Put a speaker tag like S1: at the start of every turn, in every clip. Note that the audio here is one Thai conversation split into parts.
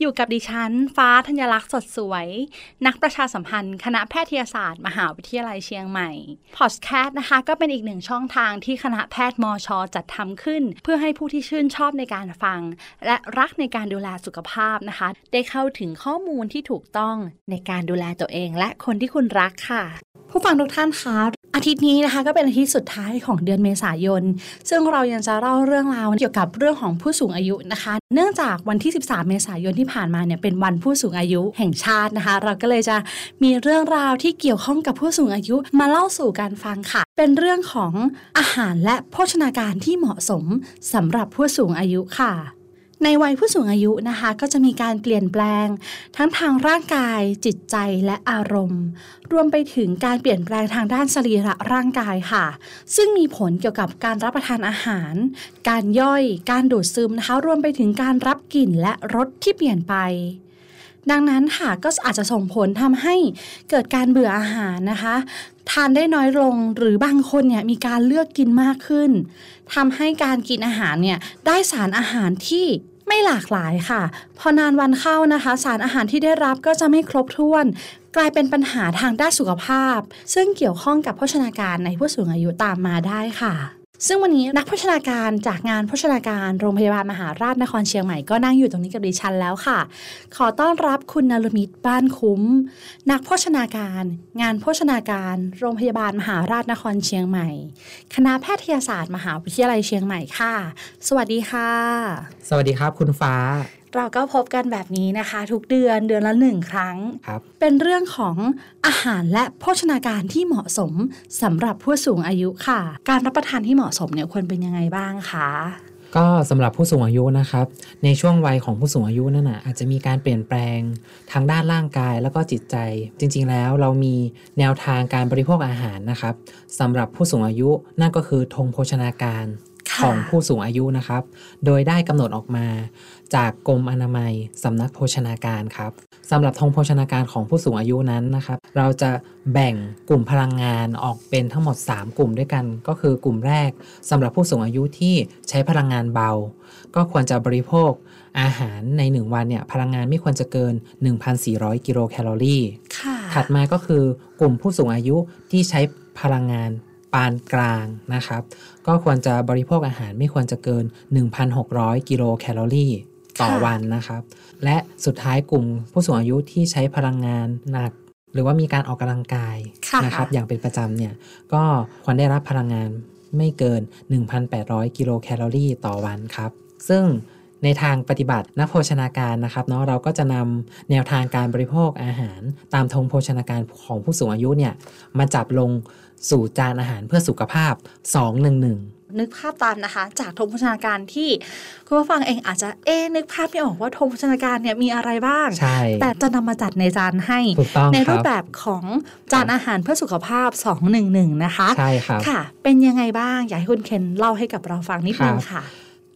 S1: อยู่กับดิฉัน ฟ้าธัญลักษณ์สดสวย นักประชาสัมพันธ์คณะแพทยศาสตร์ มหาวิทยาลัยเชียงใหม่ พอดแคสต์นะคะ ก็เป็นอีกหนึ่งช่องทางที่คณะแพทย์มอชอจัดทำขึ้น เพื่อให้ผู้ที่ชื่นชอบในการฟัง และรักในการดูแลสุขภาพนะคะ ได้เข้าถึงข้อมูลที่ถูกต้องในการดูแลตัวเองและคนที่คุณรักค่ะ ผู้ฟังทุกท่านคะอาทิตย์นี้นะคะก็เป็นอาทิตย์สุดท้ายของเดือนเมษายน ซึ่งเรายังจะเล่าเรื่องราวเกี่ยวกับเรื่องของผู้สูงอายุนะคะ เนื่องจากวันที่ 13 เมษายนที่ผ่านมาเนี่ยเป็นวันผู้สูงอายุแห่งชาตินะคะ เราก็เลยจะมีเรื่องราวที่เกี่ยวข้องกับผู้สูงอายุมาเล่าสู่การฟังค่ะ เป็นเรื่องของอาหารและโภชนาการที่เหมาะสมสำหรับผู้สูงอายุค่ะ ในวัยผู้สูงอายุนะคะ ก็จะมีการเปลี่ยนแปลง ทั้งทางร่างกาย จิตใจและอารมณ์ รวมไปถึงการเปลี่ยนแปลงทางด้านสรีระร่างกายค่ะ ซึ่งมีผลเกี่ยวกับการรับประทานอาหาร การย่อย การดูดซึมนะคะ รวมไปถึงการรับกลิ่นและรสที่เปลี่ยนไป ดังนั้นค่ะก็อาจจะส่งผลทำให้เกิดการเบื่ออาหารนะคะ ทานได้น้อยลงหรือบางคนเนี่ยมีการเลือกกินมากขึ้น ทำให้การกินอาหารเนี่ยได้สารอาหารที่ไม่หลากหลายค่ะ พอนานวันเข้านะคะ สารอาหารที่ได้รับก็จะไม่ครบถ้วน กลายเป็นปัญหาทางด้านสุขภาพ ซึ่งเกี่ยวข้องกับโภชนาการในผู้สูงอายุตามมาได้ค่ะ ซึ่งวันนี้นักโภชนาการจากงานโภชนาการโรงพยาบาลมหาราชนครเชียงใหม่ก็นั่งอยู่ตรงนี้กับดิฉันแล้วค่ะ ขอต้อนรับคุณนรมิตบ้านคุ้ม นักโภชนาการ งานโภชนาการ โรงพยาบาลมหาราชนครเชียงใหม่ คณะแพทยศาสตร์ มหาวิทยาลัยเชียงใหม่ค่ะ สวัสดีค่ะ
S2: สวัสดีครับคุณฟ้า
S1: เราก็พบกันแบบนี้นะคะ ทุกเดือนเดือนละหนึ่งครั้ง
S2: ครับ
S1: เป็นเรื่องของอาหารและโภชนาการที่เหมาะสมสำหรับผู้สูงอายุค่ะ การรับประทานที่เหมาะสมเนี่ยควรเป็นยังไงบ้างคะ
S2: ก็สำหรับผู้สูงอายุนะครับ ในช่วงวัยของผู้สูงอายุนั่นนะอาจจะมีการเปลี่ยนแปลงทางด้านร่างกายแล้วก็จิตใจ จริง ๆ แล้วเรามีแนวทางการบริโภคอาหารนะครับสำหรับผู้สูงอายุนั่นก็คือธงโภชนาการ ข
S1: ค่ะ
S2: องผู้สูงอายุนะครับ โดยได้กำหนดออกมา จากกรมอนามัยสำนักโภชนาการครับสำหรับธงโภชนาการของผู้สูงอายุนั้นนะครับ เราจะแบ่งกลุ่มพลังงานออกเป็นทั้งหมด 3 กลุ่มด้วยกัน ก็คือกลุ่มแรกสำหรับผู้สูงอายุที่ใช้พลังงานเบา ก็ควรจะบริโภคอาหารใน 1 วันเนี่ยพลังงานไม่ควรจะเกิน 1,400 กิโลแคลอรี่
S1: ค่ะ
S2: ถัดมาก็คือกลุ่มผู้สูงอายุที่ใช้พลังงานปานกลางนะครับ ก็ควรจะบริโภคอาหารไม่ควรจะเกิน 1,600 กิโลแคลอรี่ต่อวันนะครับ และสุดท้ายกลุ่มผู้สูงอายุที่ใช้พลังงานหนัก หรือว่ามีการออกกำลังกาย
S1: ค่ะ
S2: นะครับอย่างเป็นประจำเนี่ยก็ควรได้รับพลังงานไม่เกิน 1,800 กิโลแคลอรี่ต่อวันครับ ซึ่งในทางปฏิบัตินักโภชนาการนะครับเนาะเราก็จะนำแนวทางการบริโภคอาหาร ตามธงโภชนาการของผู้สูงอายุเนี่ยมาจับลงสู่จานอาหารเพื่อสุขภาพ 211
S1: นึกภาพตามนะคะ จากธงโภชนาการที่คุณผู้ฟังเองอาจจะเอ๊ะนึกภาพไม่ออกว่าธงโภชนาการเนี่ยมีอะไรบ้าง
S2: ใช่
S1: แต่จะนำมาจัดในจานให้
S2: ถูกต้อง
S1: ใน
S2: ค
S1: รู
S2: รั
S1: ป
S2: บ
S1: แบบของจานอาหารเพื่อสุขภาพ 211 นะคะ
S2: ใช่ครับ
S1: ค่ะ เป็นยังไงบ้าง อยากให้คุณเคนเล่าให้กับเราฟังนิดนึงค่ะ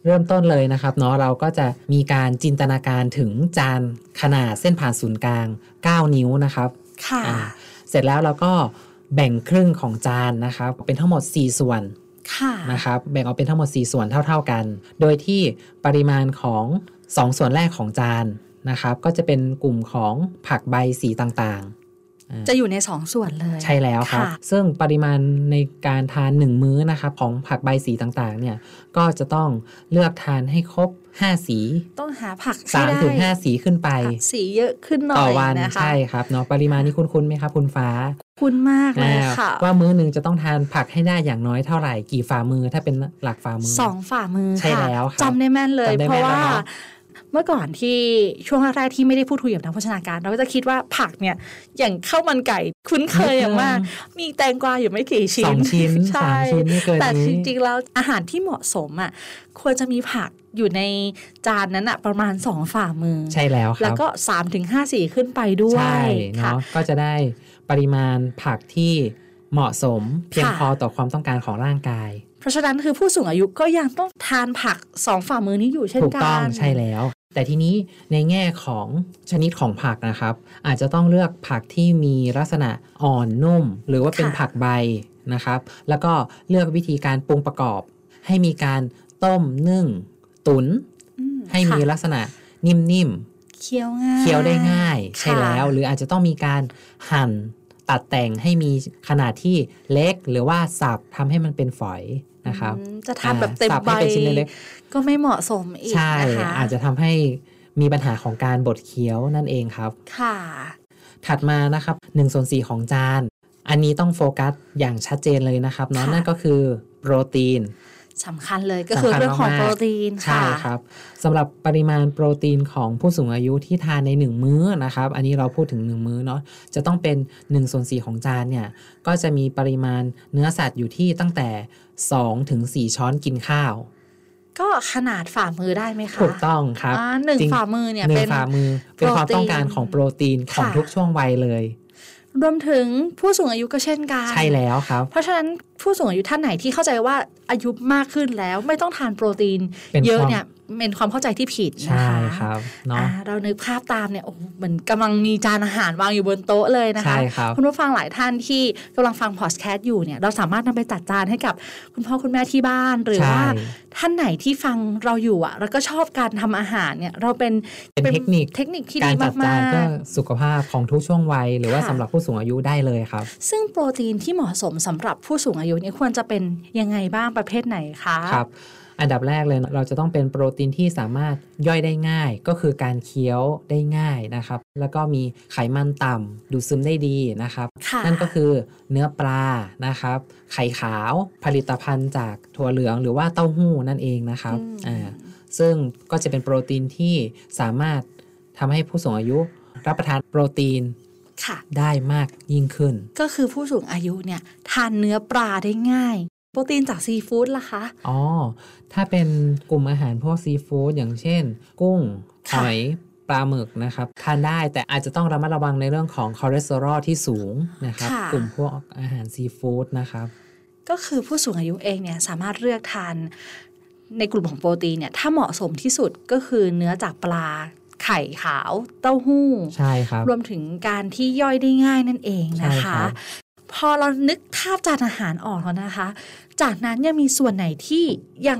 S2: เริ่มต้นเลยนะครับเนาะเราก็จะมีการจินตนาการถึงจานขนาดเส้นผ่านศูนย์กลาง 9 นิ้วนะครับ
S1: ค่ะ
S2: อ่าเสร็จแล้วเราก็แบ่งครึ่งของจานนะครับเป็นทั้งหมด 4 ส่วน
S1: ค่ะ
S2: นะครับแบ่งออกเป็นทั้งหมด 4 ส่วนเท่า ๆกัน โดยที่ปริมาณของ 2 ส่วนแรกของจานนะครับก็จะเป็นกลุ่มของผักใบสีต่างๆอ่า
S1: จะอยู่ในสองส่วนเลย
S2: ใช่แล้วครับ
S1: ค่ะ
S2: ซึ่งปริมาณในการทาน 1 มื้อนะครับของผักใบสีต่างๆเนี่ยก็จะต้องเลือกทานให้ครบ 5 สี
S1: ต้องหาผักให้ได้
S2: 3 ถึง 5 สีขึ้นไป
S1: ผักสีเยอะขึ้นหน่
S2: ต่
S1: อ
S2: อย วัน
S1: นะคะ
S2: ใช่ครับเนาะปริมาณนี้คุ้นๆไหมครับคุณฟ้า
S1: คุณมากเลยค่ะ
S2: อ่าว่ามื้อหนึ่งจะต้องทานผักให้ได้อย่างน้อยเท่าไหร่กี่ฝ่ามือถ้าเป็นหลักฝ่ามือ
S1: สองฝ่ามือ
S2: ใช่แล้วครับ
S1: จำได้แม่นเลย
S2: จำได้
S1: เพ
S2: แม่น
S1: ราะว่า
S2: แล้วเนอะ
S1: เมื่อก่อนที่ช่วงแรกๆที่ไม่ได้พูดคุยกับนักโภชนาการ เราก็จะคิดว่าผักเนี่ยอย่างข้าวมันไก่คุ้นเคยอย่างมาก มีแตงกวาอยู่ไม่กี่ชิ้น
S2: สองชิ้นสา
S1: ใช่
S2: มชิ้นไม่เกิน
S1: แต่
S2: นี้
S1: จริงๆแล้วอาหารที่เหมาะสมอ่ะควรจะมีผักอยู่ในจานนั้นอ่ะประมาณ 2 ฝ่ามือ
S2: ใช่แล้วค
S1: แล้
S2: รั
S1: ว
S2: บ
S1: ก็3ามถึงห้าสีขึ้นไปด้ว
S2: ใช่
S1: ยค่ะ
S2: เนาะก็จะได้ปริมาณผักที่เหมาะสมเพียง
S1: ค่ะ
S2: พอต่อความต้องการของร่างกาย
S1: เพราะฉะนั้นคือผู้สูงอายุก็ยังต้องทานผักสองฝ่ามือนี้อยู่เช่น
S2: ถูก
S1: กัน
S2: ต้องใช่แล้ว แต่ทีนี้ในแง่ของชนิดของผักนะครับ อาจจะต้องเลือกผักที่มีลักษณะอ่อนนุ่ม หรือว่าเป็น
S1: ค่ะ
S2: ผักใบนะครับ แล้วก็เลือกวิธีการปรุงประกอบ ให้มีการต้มนึ่ง ตุน๋น
S1: อื
S2: ให้มี
S1: ค่ะ
S2: ลักษณะนิ่มๆ
S1: เคี้ยวง่าย
S2: เคี้ยวได้ง่ายใช่
S1: ค่ะ
S2: แล้ว หรืออาจจะต้องมีการหั่นตัดแต่งให้มีขนาดที่เล็กหรือว่าสับทำให้มันเป็นฝอยนะครับ
S1: อืมจะทานแบบเต็ม
S2: อ่าสับ
S1: ใบ
S2: ให้เป็นชิ้นเล็ก
S1: ก็ไม่เหมาะสมอี
S2: ๆ
S1: ก
S2: ใช่
S1: นะคะ
S2: อาจจะทำให้มีปัญหาของการบดเคี้ยวนั่นเองครับ
S1: ค่ะ
S2: ถัดมานะครับ1ส่วน4ของจาน อันนี้ต้องโฟกัสอย่างชัดเจนเลยนะครับเนาะ
S1: ค่ะ
S2: นั่นก็คือโปรตีน
S1: สำคัญเลยก็คือ
S2: สำคัญ
S1: เรื่องของ
S2: มากๆ
S1: โปรตีน
S2: ใช่
S1: ค่ะ
S2: ครับสำหรับปริมาณโปรตีนของผู้สูงอายุที่ทานใน 1 มื้อนะครับ อันนี้เราพูดถึง 1 มื้อเนาะจะต้องเป็น1ส่วน4ของจานเนี่ย ก็จะมีปริมาณเนื้อสัตว์อยู่ที่ตั้งแต่2ถึง4ช้อนกินข้าว
S1: ก็ขนาดฝ่ามือได้ไหมคะ
S2: ถูกต้องครับ
S1: อ่าหนึ่ง
S2: จริ
S1: ฝ่ามือเนี่ย
S2: หนึ่
S1: เป็
S2: ง
S1: น
S2: ฝ่ามือเป็นความต้องการของโปรตีนของ
S1: ค่ะ
S2: ทุกช่วงวัยเลย
S1: รวมถึงผู้สูงอายุก็เช่นกัน
S2: ใช่แล้วครับ
S1: เพราะฉะนั้นผู้สูงอายุท่านไหนที่เข้าใจว่าอายุมากขึ้นแล้วไม่ต้องทานโปรตีน
S2: เป็น
S1: เยอะ
S2: ความ
S1: เนี่ยเป็นความเข้าใจที่ผิดนะ
S2: ใช่
S1: คะ
S2: ครับ
S1: อ่า
S2: เนาะ
S1: เรานึกภาพตามเนี่ยโอ้โหเหมือนกำลังมีจานอาหารวางอยู่บนโต๊ะเลยนะคะ
S2: ใช่ครับ
S1: คุณผู้ฟังหลายท่านที่กำลังฟังพอดแคสต์อยู่เนี่ยเราสามารถนำไปจัดจานให้กับคุณพ่อคุณแม่ที่บ้าน หรือ
S2: ใช่
S1: ว่าท่านไหนที่ฟังเราอยู่อ่ะ แล้วก็ชอบการทำอาหารเนี่ยเราเป็น
S2: เป็นเทคนิค
S1: เทคนิคที่
S2: กา
S1: ดี
S2: รจั
S1: มา
S2: ดจาน
S1: ก
S2: ก็สุขภาพของทุกช่วงวัย หรือว่า
S1: ค่ะ
S2: สำหรับผู้สูงอายุได้เลยครับ
S1: ๆ ซึ่งโปรตีนที่เหมาะสมสำหรับผู้สูงอายุเนี่ยควรจะเป็นยังไงบ้างประเภทไหนคะ
S2: ครับ อันดับแรกเลยเราจะต้องเป็นโปรตีนที่สามารถย่อยได้ง่าย ก็คือการเคี้ยวได้ง่ายนะครับ แล้วก็มีไขมันต่ำดูดซึมได้ดีนะครับ
S1: ค่ะ
S2: นั่นก็คือเนื้อปลานะครับ ไข่ขาวผลิตภัณฑ์จากถั่วเหลืองหรือว่าเต้าหู้นั่นเองนะครับ
S1: อืม
S2: อ่าซึ่งก็จะเป็นโปรตีนที่สามารถทำให้ผู้สูงอายุ รับประทานโปรตีน
S1: ค่ะ
S2: ได้มากยิ่งขึ้น
S1: ก็คือผู้สูงอายุเนี่ยทานเนื้อปลาได้ง่าย โปรตีนจากซีฟู้ดล่ะคะ
S2: อ๋อ ถ้าเป็นกลุ่มอาหารพวกซีฟู้ดอย่างเช่น กุ้ง ห
S1: ค่ะ
S2: อย ปลาหมึกนะครับ ทานได้แต่อาจจะต้องระมัดระวังในเรื่องของคอเลสเตอรอลที่สูงนะครับ
S1: ค่ะ
S2: กลุ่มพวกอาหารซีฟู้ดนะครับ
S1: ก็คือผู้สูงอายุเองเนี่ยสามารถเลือกทานในกลุ่มของโปรตีนเนี่ยถ้าเหมาะสมที่สุดก็คือเนื้อจากปลาไข่ขาวเต้าหู้
S2: ใช่ครับ
S1: รวมถึงการที่ย่อยได้ง่ายนั่นเองนะ
S2: ใช่ครั
S1: คะ
S2: บ
S1: พอเรานึกภาพจานอาหารออกแล้วนะคะ จากนั้นยังมีส่วนไหนที่ยัง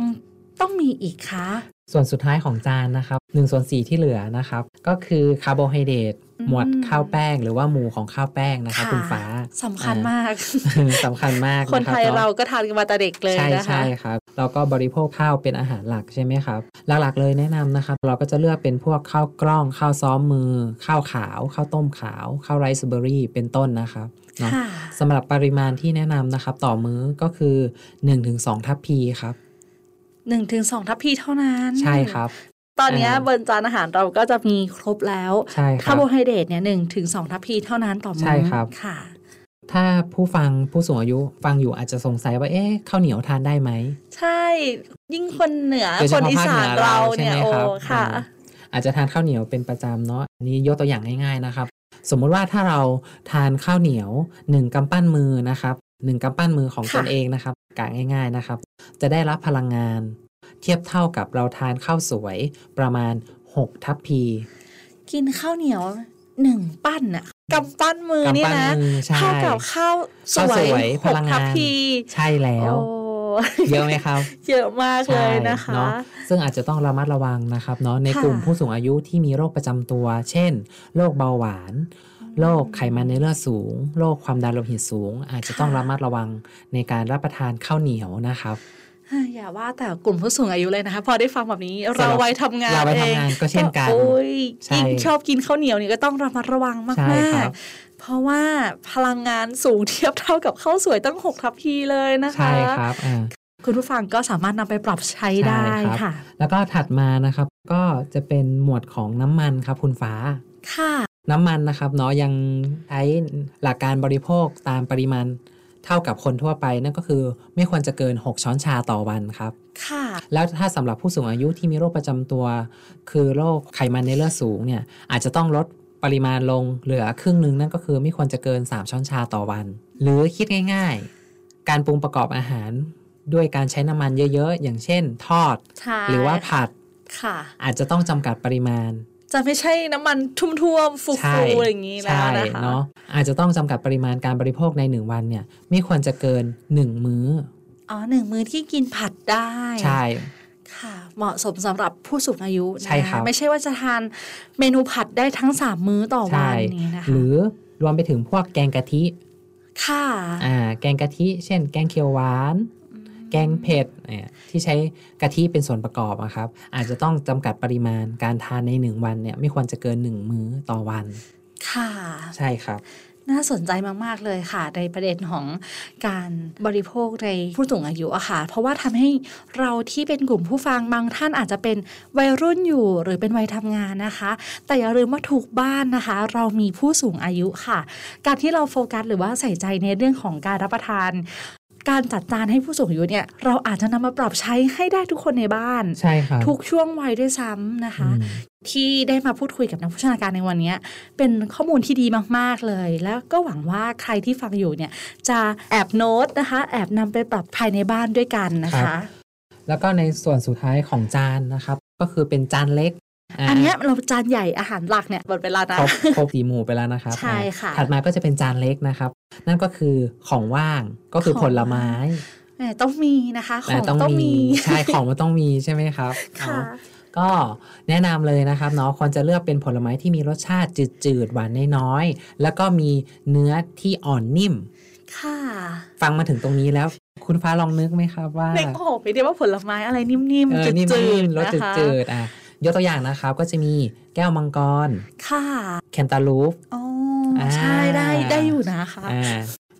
S1: ต้องมีอีกคะ
S2: ส่วนสุดท้ายของจานนะครับ1ส่วน4ที่เหลือนะครับ ก็คือคาร์โบไฮเดรต
S1: อืม
S2: หมวดข้าวแป้ง หรือว่าหมู่ของข้าวแป้งนะครับ คุณฟ้า
S1: สำคัญมาก
S2: อ่า สำคัญมาก
S1: คน
S2: บ
S1: ไทย
S2: อะ
S1: เราก็ทานกันมาแต่เด็กเลย
S2: ใช่
S1: นะคะ
S2: ใช่ครับเราก็บริโภคข้าวเป็นอาหารหลักใช่ไหมครับ หลักๆเลยแนะนำนะครับ เราก็จะเลือกเป็นพวกข้าวกล้อง ข้าวซ้อมมือ ข้าวขาว ข้าวต้มขาว ข้าวไรซ์เบอร์รี่เป็นต้นนะครับเนาะ
S1: ค่ะ
S2: สำหรับปริมาณที่แนะนำนะครับ ต่อมื้อก็คือ 1-2 ทัพพีครับ
S1: หนึ่งถึงสองทัพพีเท่านั้น
S2: ใช่ครับ
S1: ตอนเนี้ย
S2: อ่า
S1: บนจานอาหารเราก็จะมีครบแล้ว
S2: ใช่ค
S1: คา
S2: รั
S1: ร์
S2: บ
S1: โบไฮเดรตเนี่ยหนึ่งถึงสองทัพพีเท่านั้นต่อมื้อ
S2: ใช่ครับ
S1: ค่ะ
S2: ถ้าผู้ฟังผู้สูงอายุฟังอยู่อาจจะสงสัยว่าเอ๊ะข้าวเหนียวทานได้ไหม
S1: ใช่ ยิ่งคนเหนือ
S2: โดยเฉ
S1: คน
S2: พาะ
S1: อี
S2: ภาค
S1: สา
S2: เห
S1: น
S2: นือ
S1: เรา
S2: เรา
S1: เนี่ย
S2: ใช่ไหม
S1: โอ้
S2: ครับ
S1: ค่ะ
S2: อืมอาจจะทานข้าวเหนียวเป็นประจำเนาะอันนี้ยกตัวอย่างง่ายๆนะครับ สมมุติว่าถ้าเราทานข้าวเหนียว 1กำปั้นมือนะครับ1กำปั้นมือของ
S1: ค่ะ
S2: ตนเองนะครับกะง่าย ๆนะครับ จะได้รับพลังงาน เทียบเท่ากับเราทานข้าวสวยประมาณ 6 ทัพพี
S1: กินข้าวเหนียวหนึ่งปั้นน่ะกำปั้นมือก
S2: ำ
S1: เนี่ย
S2: ปั้น
S1: นะ
S2: มือใช่
S1: เท่ากับข้าวส
S2: ข้าว
S1: ว
S2: ส
S1: ย
S2: วย
S1: ห
S2: พ
S1: ก
S2: ลัง
S1: ทัพ
S2: งาน
S1: พี
S2: ใช่แล้ว
S1: โอ้
S2: เยอะไหมครับ
S1: เยอะมากเลยนะคะ
S2: ใช่เนาะซึ่งอาจจะต้องระมัดระวังนะครับเนาะใน
S1: ค่ะ
S2: กลุ่มผู้สูงอายุที่มีโรคประจำตัว เช่นโรคเบาหวาน โรคไขมันในเลือดสูง โรคความดันโลหิตสูง อาจจะต้อง
S1: ค่ะ
S2: ระมัดระวังในการรับประทานข้าวเหนียวนะครับ
S1: เฮ้ยอย่าว่าแต่กลุ่มผู้สูงอายุเลยนะคะ พอได้ฟังแบบนี้
S2: สำหรั
S1: เรา
S2: บ
S1: วัยทำงาน
S2: เราวัย
S1: เอง
S2: ทำงานก็เช่นกัน
S1: โอ้ย
S2: ใช่
S1: ยิ่งชอบกินข้าวเหนียวนี่ก็ต้องระมัดระวังมาก
S2: ใช่
S1: ๆ
S2: ครับ
S1: เพราะว่าพลังงานสูงเทียบเท่ากับข้าวสวยตั้ง 6 ทัพพีเลยนะคะ
S2: ใช่ครับอ่า
S1: คุณผู้ฟังก็สามารถนำไปปรับใช้ได้
S2: ใช่ครับ
S1: ค่ะ
S2: แล้วก็ถัดมานะครับก็จะเป็นหมวดของน้ำมันครับคุณฟ้า
S1: ค่ะ
S2: น้ำมันนะครับเนาะยังใช้หลักการบริโภคตามปริมาณเท่ากับคนทั่วไปนั่นก็คือไม่ควรจะเกิน 6 ช้อนชาต่อวันครับ
S1: ค่ะ
S2: แล้วถ้าสำหรับผู้สูงอายุที่มีโรคประจำตัว คือโรคไขมันในเลือดสูงเนี่ยอาจจะต้องลดปริมาณลงเหลือครึ่งหนึ่งนั่นก็คือไม่ควรจะเกิน 3 ช้อนชาต่อวัน หรือคิดง่ายๆ การปรุงประกอบอาหาร ด้วยการใช้น้ำมันเยอะๆ อย่างเช่น ทอด
S1: ใช่
S2: หรือว่าผัด
S1: ค่ะ
S2: อาจจะต้องจำกัดปริมาณ
S1: จะไม่ใช่น้ำมันทุ่มๆ ฟู
S2: ใช่
S1: ๆ อะไรอย่างนี้แล้วนะ
S2: ใช่
S1: คะ
S2: เนาะอาจจะต้องจำกัดปริมาณการบริโภคใน 1 วันเนี่ยไม่ควรจะเกิน 1 มื้อ
S1: อ๋อหนึ่งมื้อที่กินผัดได้
S2: ใช่
S1: ค่ะ เหมาะสมสำหรับผู้สูงอายุนะ
S2: ใช่ครับ
S1: ไม่ใช่ว่าจะทานเมนูผัดได้ทั้ง 3 มื้อต่อวั
S2: ใช่
S1: นอย่างนี้นะคะ
S2: หรือรวมไปถึงพวกแกงกะทิ
S1: ค่ะ
S2: อ่าแกงกะทิ เช่น แกงเขียวหวาน แกงเผ็ดเนี่ยที่ใช้กะทิเป็นส่วนประกอบอะครับ อาจจะต้องจำกัดปริมาณการทานใน 1 วันเนี่ยไม่ควรจะเกิน 1 มื้อต่อวัน
S1: ค่ะ
S2: ใช่ครับ
S1: น่าสนใจมาก ๆ เลยค่ะ ในประเด็นของการบริโภคในผู้สูงอายุอะค่ะ เพราะว่าทำให้เราที่เป็นกลุ่มผู้ฟังบางท่านอาจจะเป็นวัยรุ่นอยู่หรือเป็นวัยทำงานนะคะ แต่อย่าลืมว่าทุกบ้านนะคะ เรามีผู้สูงอายุค่ะ การที่เราโฟกัสหรือว่าใส่ใจในเรื่องของการรับประทาน การจัดจานให้ผู้สูงอายุเนี่ยเราอาจจะนำมาปรับใช้ให้ได้ทุกคนในบ้าน
S2: ใช่ครับ
S1: ทุกช่วงวัยด้วยซ้ำนะคะ
S2: อืม
S1: ที่ได้มาพูดคุยกับนักโภชนาการในวันนี้ เป็นข้อมูลที่ดีมาก ๆ เลย แล้วก็หวังว่าใครที่ฟังอยู่เนี่ย จะแอบโน้ตนะคะ แอบนำไปปรับภายในบ้านด้วยกันนะ
S2: ครั
S1: คะ
S2: บ แล้วก็ในส่วนสุดท้ายของจานนะครับ ก็คือเป็นจานเล็กา
S1: อันเนี้ยเราจานใหญ่อาหารหลักเนี่ยหมดเวลานะ
S2: ครบครบสีหมู่ไปแล้วนะครับ
S1: ใช่
S2: อ่
S1: ค่ะ
S2: ถัดมาก็จะเป็นจานเล็กนะครับ นั่นก็คือของว่างก็คือ
S1: ของ
S2: ผลไม้
S1: แหมต้องมีนะคะ ของ
S2: แ
S1: ต้องมี
S2: ใช่ของมันต้องมีใช่ไหมครับ
S1: ค่ะ
S2: เนาะก็แนะนำเลยนะครับเนาะควรจะเลือกเป็นผลไม้ที่มีรสชาติจืดๆหวานน้อยๆแล้วก็มีเนื้อที่อ่อนนิ่ม
S1: ค่ะ
S2: ฟังมาถึงตรงนี้แล้ว คุณฟ้าลองนึกไหมครับว่า
S1: ในโอ้ไม่ได้ว่าผลไม้อะไรนิ่ม
S2: เอ
S1: ๆ
S2: อ
S1: จื
S2: นิ่ม
S1: ด
S2: ๆ
S1: ๆ
S2: รส
S1: นะคะ
S2: จืดๆอ่ะยกตัวอย่างนะครับก็จะมีแก้วมังกร
S1: ค่ะ
S2: แคนตาลูป
S1: อ๋ออา ใช่ได้ได้อยู่นะคะ
S2: อ่า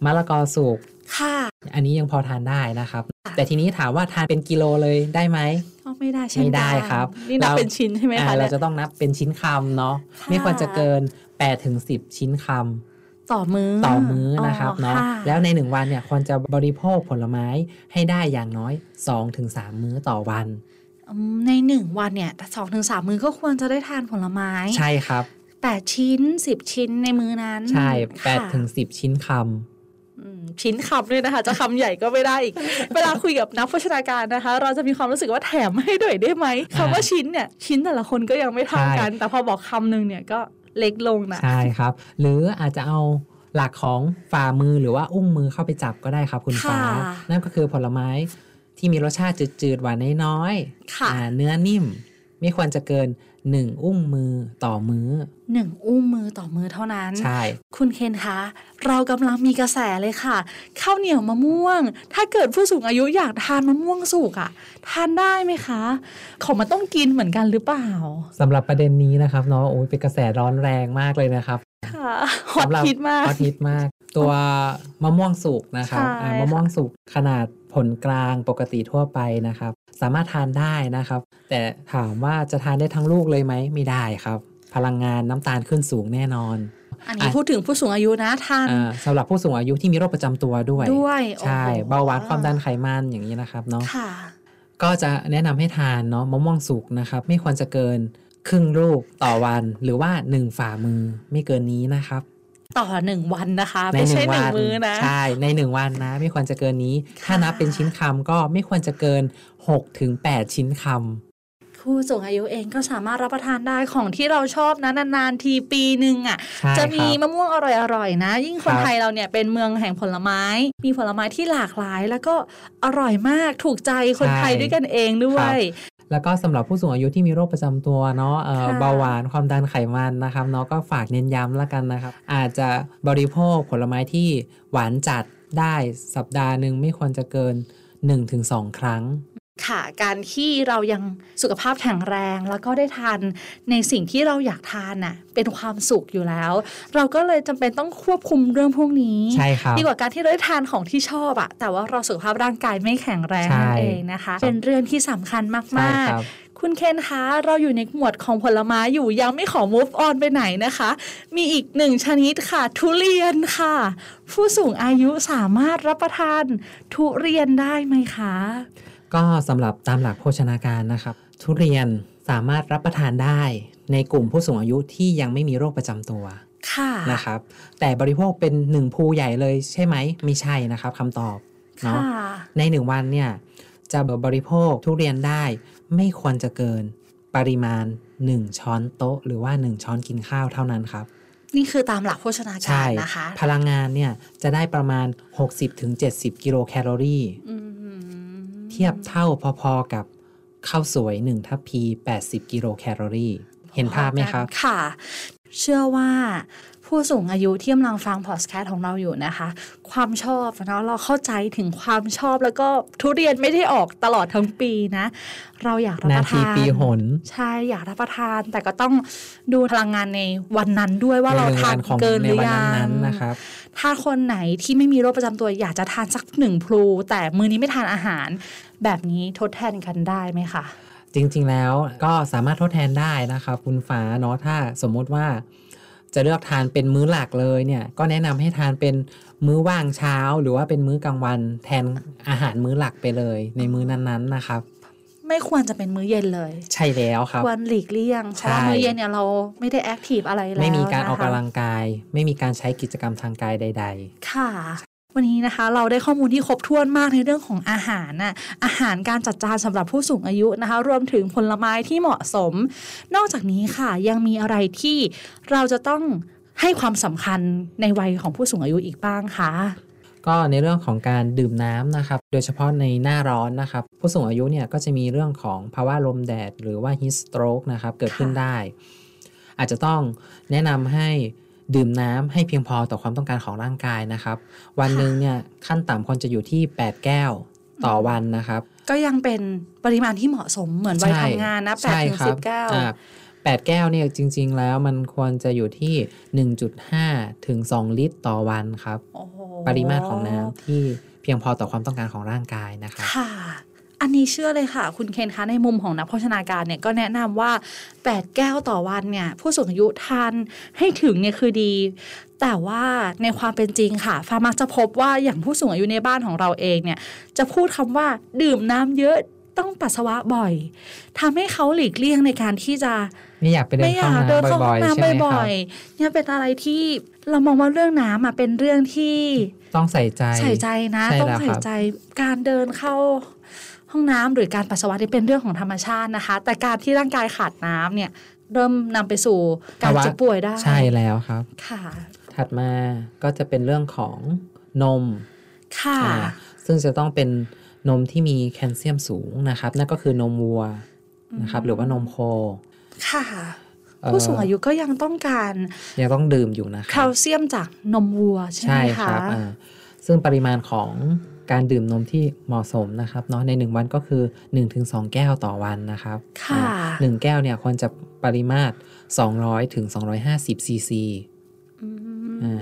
S2: มะละกอสุก
S1: ค่ะ
S2: อันนี้ยังพอทานได้นะครับ
S1: ค่ะ
S2: แต่ทีนี้ถามว่าทานเป็นกิโลเลยได้ไหม
S1: ก็ไม่ได้เช่น
S2: ไม่
S1: กัน
S2: ได้ครับ
S1: นี่นับ
S2: เรา
S1: เป็นชิ้นใช่ไหม
S2: อ่า
S1: คะ
S2: เรา
S1: เนี่ย
S2: จะต้องนับเป็นชิ้นคำเนาะ
S1: ค่ะ
S2: ไม่ควรจะเกิน8ถึง10 ชิ้นคำ
S1: ต่อมื้อ
S2: ต่อมื้อนะครับเนาะ
S1: ค่
S2: แล้วใน 1 วันเนี่ยควรจะบริโภคผลไม้ให้ได้อย่างน้อย 2-3ถึง3มื้อต่อวัน
S1: อืมในหนึ่งวันเนี่ยสองถึงสามมื้อก็ควรจะได้ทานผลไม้
S2: ใช่ครับ
S1: แปดชิ้นสิบชิ้นในมื้อนั้น
S2: ใช่
S1: ค่ะ
S2: 8ถึง10 ชิ้นคำ
S1: อืมชิ้นคำด้วยนะคะ จะคำใหญ่ก็ไม่ได้อีก เวลาคุยกับนักโภชนาการนะคะ เราจะมีความรู้สึกว่าแถมให้ด้วยได้ไหม
S2: อ่า
S1: คำว่าชิ้นเนี่ย ชิ้นแต่ละคนก็ยังไม่เท่ากัน
S2: ใช่
S1: แต่พอบอกคำหนึ่งเนี่ยก็เล็กลงนะ
S2: ใช่ครับ หรืออาจจะเอาหลักของฝ่ามือหรือว่าอุ้งมือเข้าไปจับก็ได้ครับ คุณฟ้า นั่นก็คือผลไม้ที่มีรสชาติจืดๆหวานน้อยๆ
S1: ค่ะ
S2: อ่าเนื้อนิ่มไม่ควรจะเกิน 1 อุ้งมือต่อมื้อ
S1: หนึ่งอุ้มมือต่อมือเท่านั้น
S2: ใช่
S1: คุณเคนคะ เรากำลังมีกระแสเลยค่ะ ข้าวเหนียวมะม่วง ถ้าเกิดผู้สูงอายุอยากทานมะม่วงสุกอะทานได้ไหมคะ ของมันต้องกินเหมือนกันหรือเปล่า
S2: สำหรับประเด็นนี้นะครับเนาะโอ้ยเป็นกระแสร้อนแรงมากเลยนะครับ
S1: ค่ะฮอต
S2: สำหรับ
S1: ฮิตมาก
S2: ฮอตฮิตมาก ตัวมะม่วงสุกนะครับ
S1: ใช่
S2: อ่า
S1: ค่ะ
S2: มะม่วงสุกขนาดผลกลางปกติทั่วไปนะครับ สามารถทานได้นะครับ แต่ถามว่าจะทานได้ทั้งลูกเลยไหมไม่ได้ครับ พลังงานน้ำตาลขึ้นสูงแน่นอน
S1: อันนี้
S2: อ่ะ
S1: พูดถึงผู้สูงอายุนะทาน
S2: อ่าสำหรับผู้สูงอายุที่มีโรคประจำตัวด้วย
S1: ด้วย
S2: ใช่
S1: โอ้โห
S2: เบาหวานความดันไขมันอย่างนี้นะครับเนาะ
S1: ค่ะ
S2: ก็จะแนะนำให้ทานเนาะมะม่วงสุกนะครับไม่ควรจะเกินครึ่งลูกต่อวัน หรือว่า 1 ฝ่ามือไม่เกินนี้นะครับ
S1: ต่อหนึ่งวันนะคะ ไม่ใช่หนึ่งมื้อนะ
S2: ใช่ใน 1 วันนะ ไม่ควรจะเกินนี้
S1: ค่ะ
S2: ถ้านับเป็นชิ้นคำก็ไม่ควรจะเกิน6ถึง8ชิ้นคำ
S1: ผู้สูงอายุเองก็สามารถรับประทานได้ของที่เราชอบนะนานๆทีปีหนึ่งอะ
S2: ใช่
S1: จะมี
S2: ครับ
S1: มะม่วงอร่อยๆนะ ยิ่งคน
S2: ครับ
S1: ไทยเราเนี่ยเป็นเมืองแห่งผลไม้ มีผลไม้ที่หลากหลาย แล้วก็อร่อยมากถูกใจคนไทยด้วยกันเองด้วย
S2: แล้วก็สำหรับผู้สูงอายุที่มีโรคประจำตัวเนาะเอ่อ
S1: ค่ะ
S2: เบาหวานความดันไขมันนะครับเนาะก็ฝากเน้นย้ำละกันนะครับ อาจจะบริโภคผลไม้ที่หวานจัดได้สัปดาห์หนึ่งไม่ควรจะเกิน 1-2 ครั้ง
S1: ค่ะ การที่เรายังสุขภาพแข็งแรง แล้วก็ได้ทานในสิ่งที่เราอยากทานน่ะเป็นความสุขอยู่แล้ว เราก็เลยจำเป็นต้องควบคุมเรื่องพวกนี้
S2: ใช่ครับ
S1: ดีกว่าการที่เราได้ทานของที่ชอบอะแต่ว่าเราสุขภาพร่างกายไม่แข็งแรง
S2: ใช่
S1: นั่นเองนะคะ เป็นเรื่องที่สำคัญ
S2: ใช่
S1: มากๆ
S2: ครับ
S1: คุณเคนคะเราอยู่ในหมวดของผลไม้อยู่ยังไม่ขอ move on ไปไหนนะคะ มีอีกหนึ่งชนิดค่ะ ทุเรียนค่ะ ผู้สูงอายุสามารถรับประทานทุเรียนได้ไหมคะ
S2: ก็สำหรับตามหลักโภชนาการนะครับ ทุเรียนสามารถรับประทานได้ในกลุ่มผู้สูงอายุที่ยังไม่มีโรคประจำตัว
S1: ค่ะ
S2: นะครับ แต่บริโภคเป็นหนึ่งภูใหญ่เลยใช่ไหมไม่ใช่นะครับคำตอบเนาะ
S1: ค่ะ
S2: ในหนึ่งวันเนี่ยจะบริโภคทุเรียนได้ ไม่ควรจะเกินปริมาณ 1 ช้อนโต๊ะ หรือว่า 1 ช้อนกินข้าวเท่านั้นครับ
S1: นี่คือตามหลักโภชนาการนะคะ
S2: พลังงานเนี่ยจะได้ประมาณ 60-70 กิโลแคลอรี่
S1: อืม
S2: เทียบเท่าพอๆกับข้าวสวย1ทัพพี 80 กิโลแคลอรี่ เห็นภาพไหมครับ
S1: ค่ะ เชื่อว่าผู้สูงอายุที่กำลังฟังพอดแคสต์ของเราอยู่นะคะ ความชอบเนาะเราเข้าใจถึงความชอบแล้วก็ทุเรียนไม่ได้ออกตลอดทั้งปีนะ เราอยากรับ
S2: นา
S1: ประ
S2: ที
S1: ทาน
S2: ปีหน
S1: ใช่อยากรับประทานแต่ก็ต้องดูพลังงานในวันนั้นด้วยว่าเราทาน
S2: ในวัของ
S1: เกินห
S2: ใน
S1: รือ
S2: วัน
S1: ยัง
S2: นั้นๆนะครับ
S1: ถ้าคนไหนที่ไม่มีโรคประจำตัวอยากจะทานสักหนึ่งพลู แต่มื้อนี้ไม่ทานอาหาร แบบนี้ทดแทนกันได้ไหมคะ
S2: จริงๆแล้วก็สามารถทดแทนได้นะครับ คุณฟ้าเนาะถ้าสมมุติว่า จะเลือกทานเป็นมื้อหลักเลยเนี่ย ก็แนะนำให้ทานเป็นมื้อว่างเช้า หรือว่าเป็นมื้อกลางวันแทนอาหารมื้อหลักไปเลย ในมื้อนั้นๆนะครับ
S1: ไม่ควรจะเป็นมื้อเย็นเลย
S2: ใช่แล้วครับ
S1: ควรหลีกเลี่ยงเพ
S2: ใช่
S1: ราะว่ามื้อเย็นเนี่ยเราไม่ได้แอคทีฟอะไรแล้ว
S2: ไม่มีการออก
S1: นะคะ
S2: กำลังกาย ไม่มีการใช้กิจกรรมทางกายใด ๆ
S1: ค่ะ วันนี้นะคะเราได้ข้อมูลที่ครบถ้วนมากในเรื่องของอาหารน่ะอาหารการจัดจานสำหรับผู้สูงอายุนะคะ รวมถึงผลไม้ที่เหมาะสม นอกจากนี้ค่ะยังมีอะไรที่เราจะต้องให้ความสำคัญในวัยของผู้สูงอายุอีกบ้างคะ
S2: ก็ในเรื่องของการดื่มน้ำนะครับ โดยเฉพาะในหน้าร้อนนะครับ ผู้สูงอายุเนี่ยก็จะมีเรื่องของภาวะลมแดด หรือว่า heat stroke นะครับ เกิดขึ้นได้ อาจจะต้องแนะนำให้ดื่มน้ำให้เพียงพอต่อความต้องการของร่างกายนะครับ วันหนึ่งเนี่ยขั้นต่ำควรจะอยู่ที่ 8 แก้วต่อวันนะครับ
S1: ก็ยังเป็นปริมาณที่เหมาะสมเหมือนวัย
S2: ใช่
S1: ทำงานนะแปด
S2: ใช่
S1: ถึง
S2: ครั
S1: สิบเก้า
S2: อ่ะแปดแก้วเนี่ยจริง ๆ แล้วมันควรจะอยู่ที่ 1.5 ถึง 2 ลิตรต่อวันครับ
S1: โอ้โห
S2: ปริมาตรของน้ำที่เพียงพอต่อความต้องการของร่างกายนะครับ
S1: ค่ะ อันนี้เชื่อเลยค่ะ คุณเคนคะในมุมของนักโภชนาการเนี่ยก็แนะนำว่า 8 แก้วต่อวันเนี่ยผู้สูงอายุทานให้ถึงเนี่ยคือดี แต่ว่าในความเป็นจริงค่ะ ฟามักจะพบว่าอย่างผู้สูงอายุในบ้านของเราเองเนี่ยจะพูดคำว่าดื่มน้ำเยอะต้องปัสสาวะบ่อยทำให้เขาหลีกเลี่ยงในการที่จะ
S2: ไม่อยากไปเดิน
S1: ไม่
S2: เข้า
S1: อาก
S2: ยห้อง
S1: เดินเข้า
S2: น้ำ
S1: ห้
S2: บ่
S1: อ
S2: อง ยๆ
S1: น้ำบ่อยๆ
S2: ใช่ไหมครับ
S1: เนี่ยเป็นอะไรที่เรามองว่าเรื่องน้ำอ่ะเป็นเรื่องที่
S2: ต้องใส่ใจ
S1: ใส่ใจนะ
S2: ใช่
S1: ต้อง
S2: แล้ว
S1: ใส่
S2: ครับ
S1: ใจการเดินเข้าห้องน้ำหรือการปัสสาวะนี่เป็นเรื่องของธรรมชาตินะคะ แต่การที่ร่างกายขาดน้ำเนี่ย เริ่มนำไปสู่การเจ็บป่วยได้
S2: ใช่แล้วครับ
S1: ค่ะ
S2: ถัดมาก็จะเป็นเรื่องของนม
S1: ค่ะ
S2: อ่าซึ่งจะต้องเป็นนมที่มีแคลเซียมสูงนะครับ นั่นก็คือนมวัวนะครับ
S1: อืม
S2: หรือว่านมโค
S1: ค่ะ
S2: เอ่
S1: ผู้สูงอายุก็ยังต้องการ
S2: ยังต้องดื่มอยู่นะค
S1: แครับ ลเซียมจากนมวัวใช่ไห
S2: ใช่
S1: ม
S2: ค
S1: คะ
S2: รับอ่าซึ่งปริมาณของการดื่มนมที่เหมาะสมนะครับเนาะในหนึ่งวันก็คือ 1-2 แก้วต่อวันนะครับ
S1: ค่ะ
S2: อ่าหนึ่งแก้วเนี่ยควรจะปริมาตร 200-250ซีซี อ่า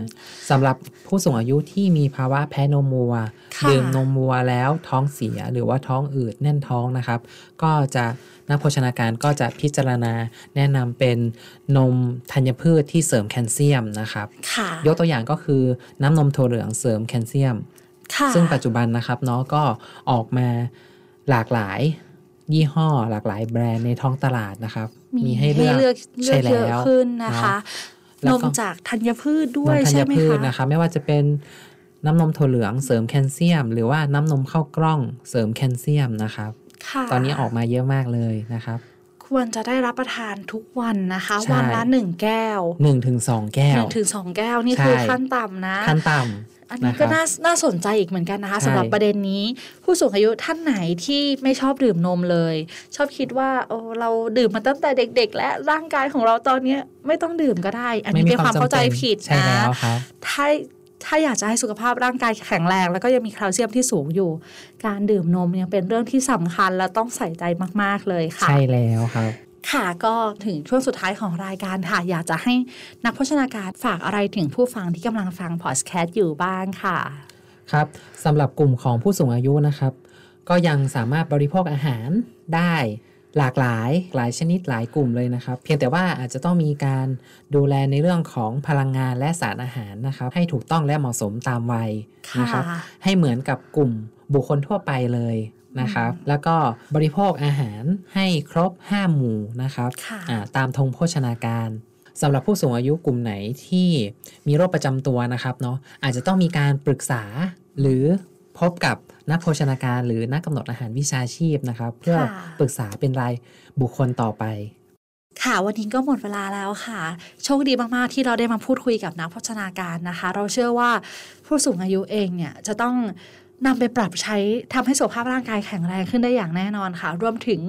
S2: สำหรับผู้สูงอายุที่มีภาวะแพ้นมวัว
S1: ค่ะ
S2: ดื่มนมวัวแล้วท้องเสียหรือว่าท้องอืดแน่นท้องนะครับ ก็จะนักโภชนาการก็จะพิจารณาแนะนำเป็นนมธัญพืชที่เสริมแคลเซียมนะครับ
S1: ค่ะ
S2: ยกตัวอย่างก็คือน้ำนมถั่วเหลืองเสริมแคลเซียม
S1: ค่ะ
S2: ซึ่งปัจจุบันนะครับเนาะก็ออกมาหลากหลายยี่ห้อ หลากหลายแบรนด์ในท้องตลาดนะครับ มีให้เลือก
S1: เลื
S2: ใช่
S1: อกเย
S2: แล้
S1: อะ
S2: ว
S1: ขึ้นนะคะ
S2: เา แล้ว
S1: น
S2: ก็
S1: มจากธัญพืชด้
S2: น
S1: วย
S2: มธั
S1: ใช่
S2: ญ
S1: ไหม
S2: พืช
S1: คะ
S2: นะคะไม่ว่าจะเป็นน้ำนมถั่วเหลืองเสริมแคลเซียม หรือว่าน้ำนมข้าวกล้องเสริมแคลเซียมนะครับ
S1: ค่ะ
S2: ตอนนี้ออกมาเยอะมากเลยนะครับ
S1: ควรจะได้รับประทานทุกวันนะคะ
S2: ใช่
S1: วันละหนึ่งแก้ว
S2: หนึ่งถึงสองแก้
S1: ห
S2: ว
S1: นึ่งถึงสองแก้วนี่
S2: ใช่
S1: คือขั้นต่ำนะ
S2: ขั้นต่
S1: อัน
S2: ำ
S1: นี้
S2: นะค
S1: ก็
S2: รับ
S1: น่าน่าสนใจอีกเหมือนกันนะคะ
S2: ใช่
S1: สำหรับประเด็นนี้ ผู้สูงอายุท่านไหนที่ไม่ชอบดื่มนมเลย ชอบคิดว่าโอ้เราดื่มมาตั้งแต่เด็ก ๆ และร่างกายของเราตอนเนี้ยไม่ต้องดื่มก็ได้ อันนี้เป็นความเข้าใจ
S2: ป็น
S1: ผิด
S2: ใช่
S1: นะ
S2: แล้วครับ
S1: ถ้า ถ้าอยากจะให้สุขภาพร่างกายแข็งแรง แล้วก็ยังมีแคลเซียมที่สูงอยู่ การดื่มนมยังเป็นเรื่องที่สำคัญและต้องใส่ใจมากๆเลยค่ะ
S2: ใช่แล้วครับ
S1: ค่ะก็ถึงช่วงสุดท้ายของรายการค่ะ อยากจะให้นักโภชนาการฝากอะไรถึงผู้ฟังที่กำลังฟังพอดแคสต์อยู่บ้างค่ะ
S2: ครับสำหรับกลุ่มของผู้สูงอายุนะครับ ก็ยังสามารถบริโภคอาหารได้หลากหลายหลายชนิดหลายกลุ่มเลยนะครับ เพียงแต่ว่าอาจจะต้องมีการดูแลในเรื่องของพลังงานและสารอาหารนะครับ ให้ถูกต้องและเหมาะสมตามวัยนะครับ
S1: ค่ะ
S2: ให้เหมือนกับกลุ่มบุคคลทั่วไปเลยนะครับ แล้วก็บริโภคอาหารให้ครบ 5 หมู่นะครับ
S1: ค่ะ
S2: อ่าตามธงโภชนาการสำหรับผู้สูงอายุกลุ่มไหนที่มีโรคประจำตัวนะครับเนาะอาจจะต้องมีการปรึกษาหรือพบกับนักโภชนาการหรือนักกำหนดอาหารวิชาชีพนะครับ เพื่อปรึกษาเป็นรายบุคคลต่อไป
S1: ค่ะ วันนี้ก็หมดเวลาแล้วค่ะ โชคดีมาก ๆ ที่เราได้มาพูดคุยกับนักพัฒนาการนะคะ เราเชื่อว่าผู้สูงอายุเองเนี่ยจะต้องนำไปปรับใช้ทำให้สุขภาพร่างกายแข็งแรงขึ้นได้อย่างแน่นอนค่ะ รวมถึง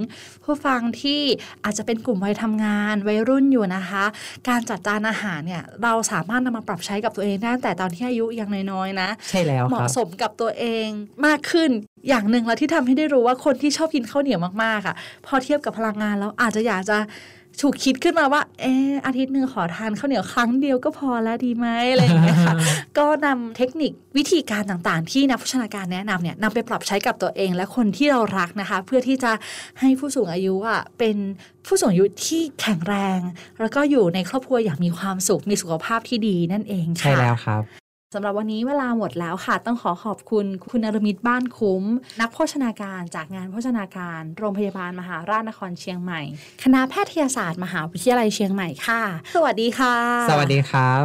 S1: ผู้ฟังที่อาจจะเป็นกลุ่มวัยทำงานวัยรุ่นอยู่นะคะ การจัดจานอาหารเนี่ยเราสามารถนำมาปรับใช้กับตัวเองได้ตั้งแต่ตอนที่อายุยังน้อยๆนะ
S2: ใช่แล้ว
S1: เห
S2: ค
S1: มาะ
S2: รับ
S1: สมกับตัวเองมากขึ้นอย่างหนึ่งแล้วที่ทำให้ได้รู้ว่าคนที่ชอบกินข้าวเหนียวมากๆอ่ะ พอเทียบกับพลังงานแล้วอาจจะอยากจะฉุกคิดขึ้นมาว่า เอออาทิตย์หนึ่งขอทานข้าวเหนียวครั้งเดียวก็พอแล้วดีไหมอะไรอย่างเงี้ย ค่ะ ก็นำเทคนิควิธีการต่างๆ ที่นักโภชนาการแนะนำเนี่ยนำไปปรับใช้กับตัวเองและคนที่เรารักนะคะ เพื่อที่จะให้ผู้สูงอายุอ่ะเป็นผู้สูงอายุที่แข็งแรง แล้วก็อยู่ในครอบครัวอย่างมีความสุขมีสุขภาพที่ดีนั่นเองค่ะ
S2: ใช่แล้วครับ
S1: สำหรับวันนี้เวลาหมดแล้วค่ะ ต้องขอขอบคุณคุณนรมิตบ้านคุ้ม นักโภชนาการจากงานโภชนาการ โรงพยาบาลมหาราชนครเชียงใหม่ คณะแพทยศาสตร์มหาวิทยาลัยเชียงใหม่ค่ะ สวัสดีค่ะ
S2: สวัสดีครับ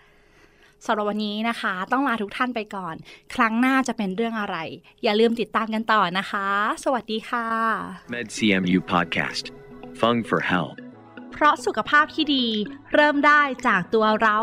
S1: สำหรับวันนี้นะคะ ต้องลาทุกท่านไปก่อน ครั้งหน้าจะเป็นเรื่องอะไร อย่าลืมติดตามกันต่อนะคะ สวัสดีค่ะ
S3: MedCMU Podcast. Fung for Health.
S1: เพราะสุขภาพที่ดี เริ่มได้จากตัวเรา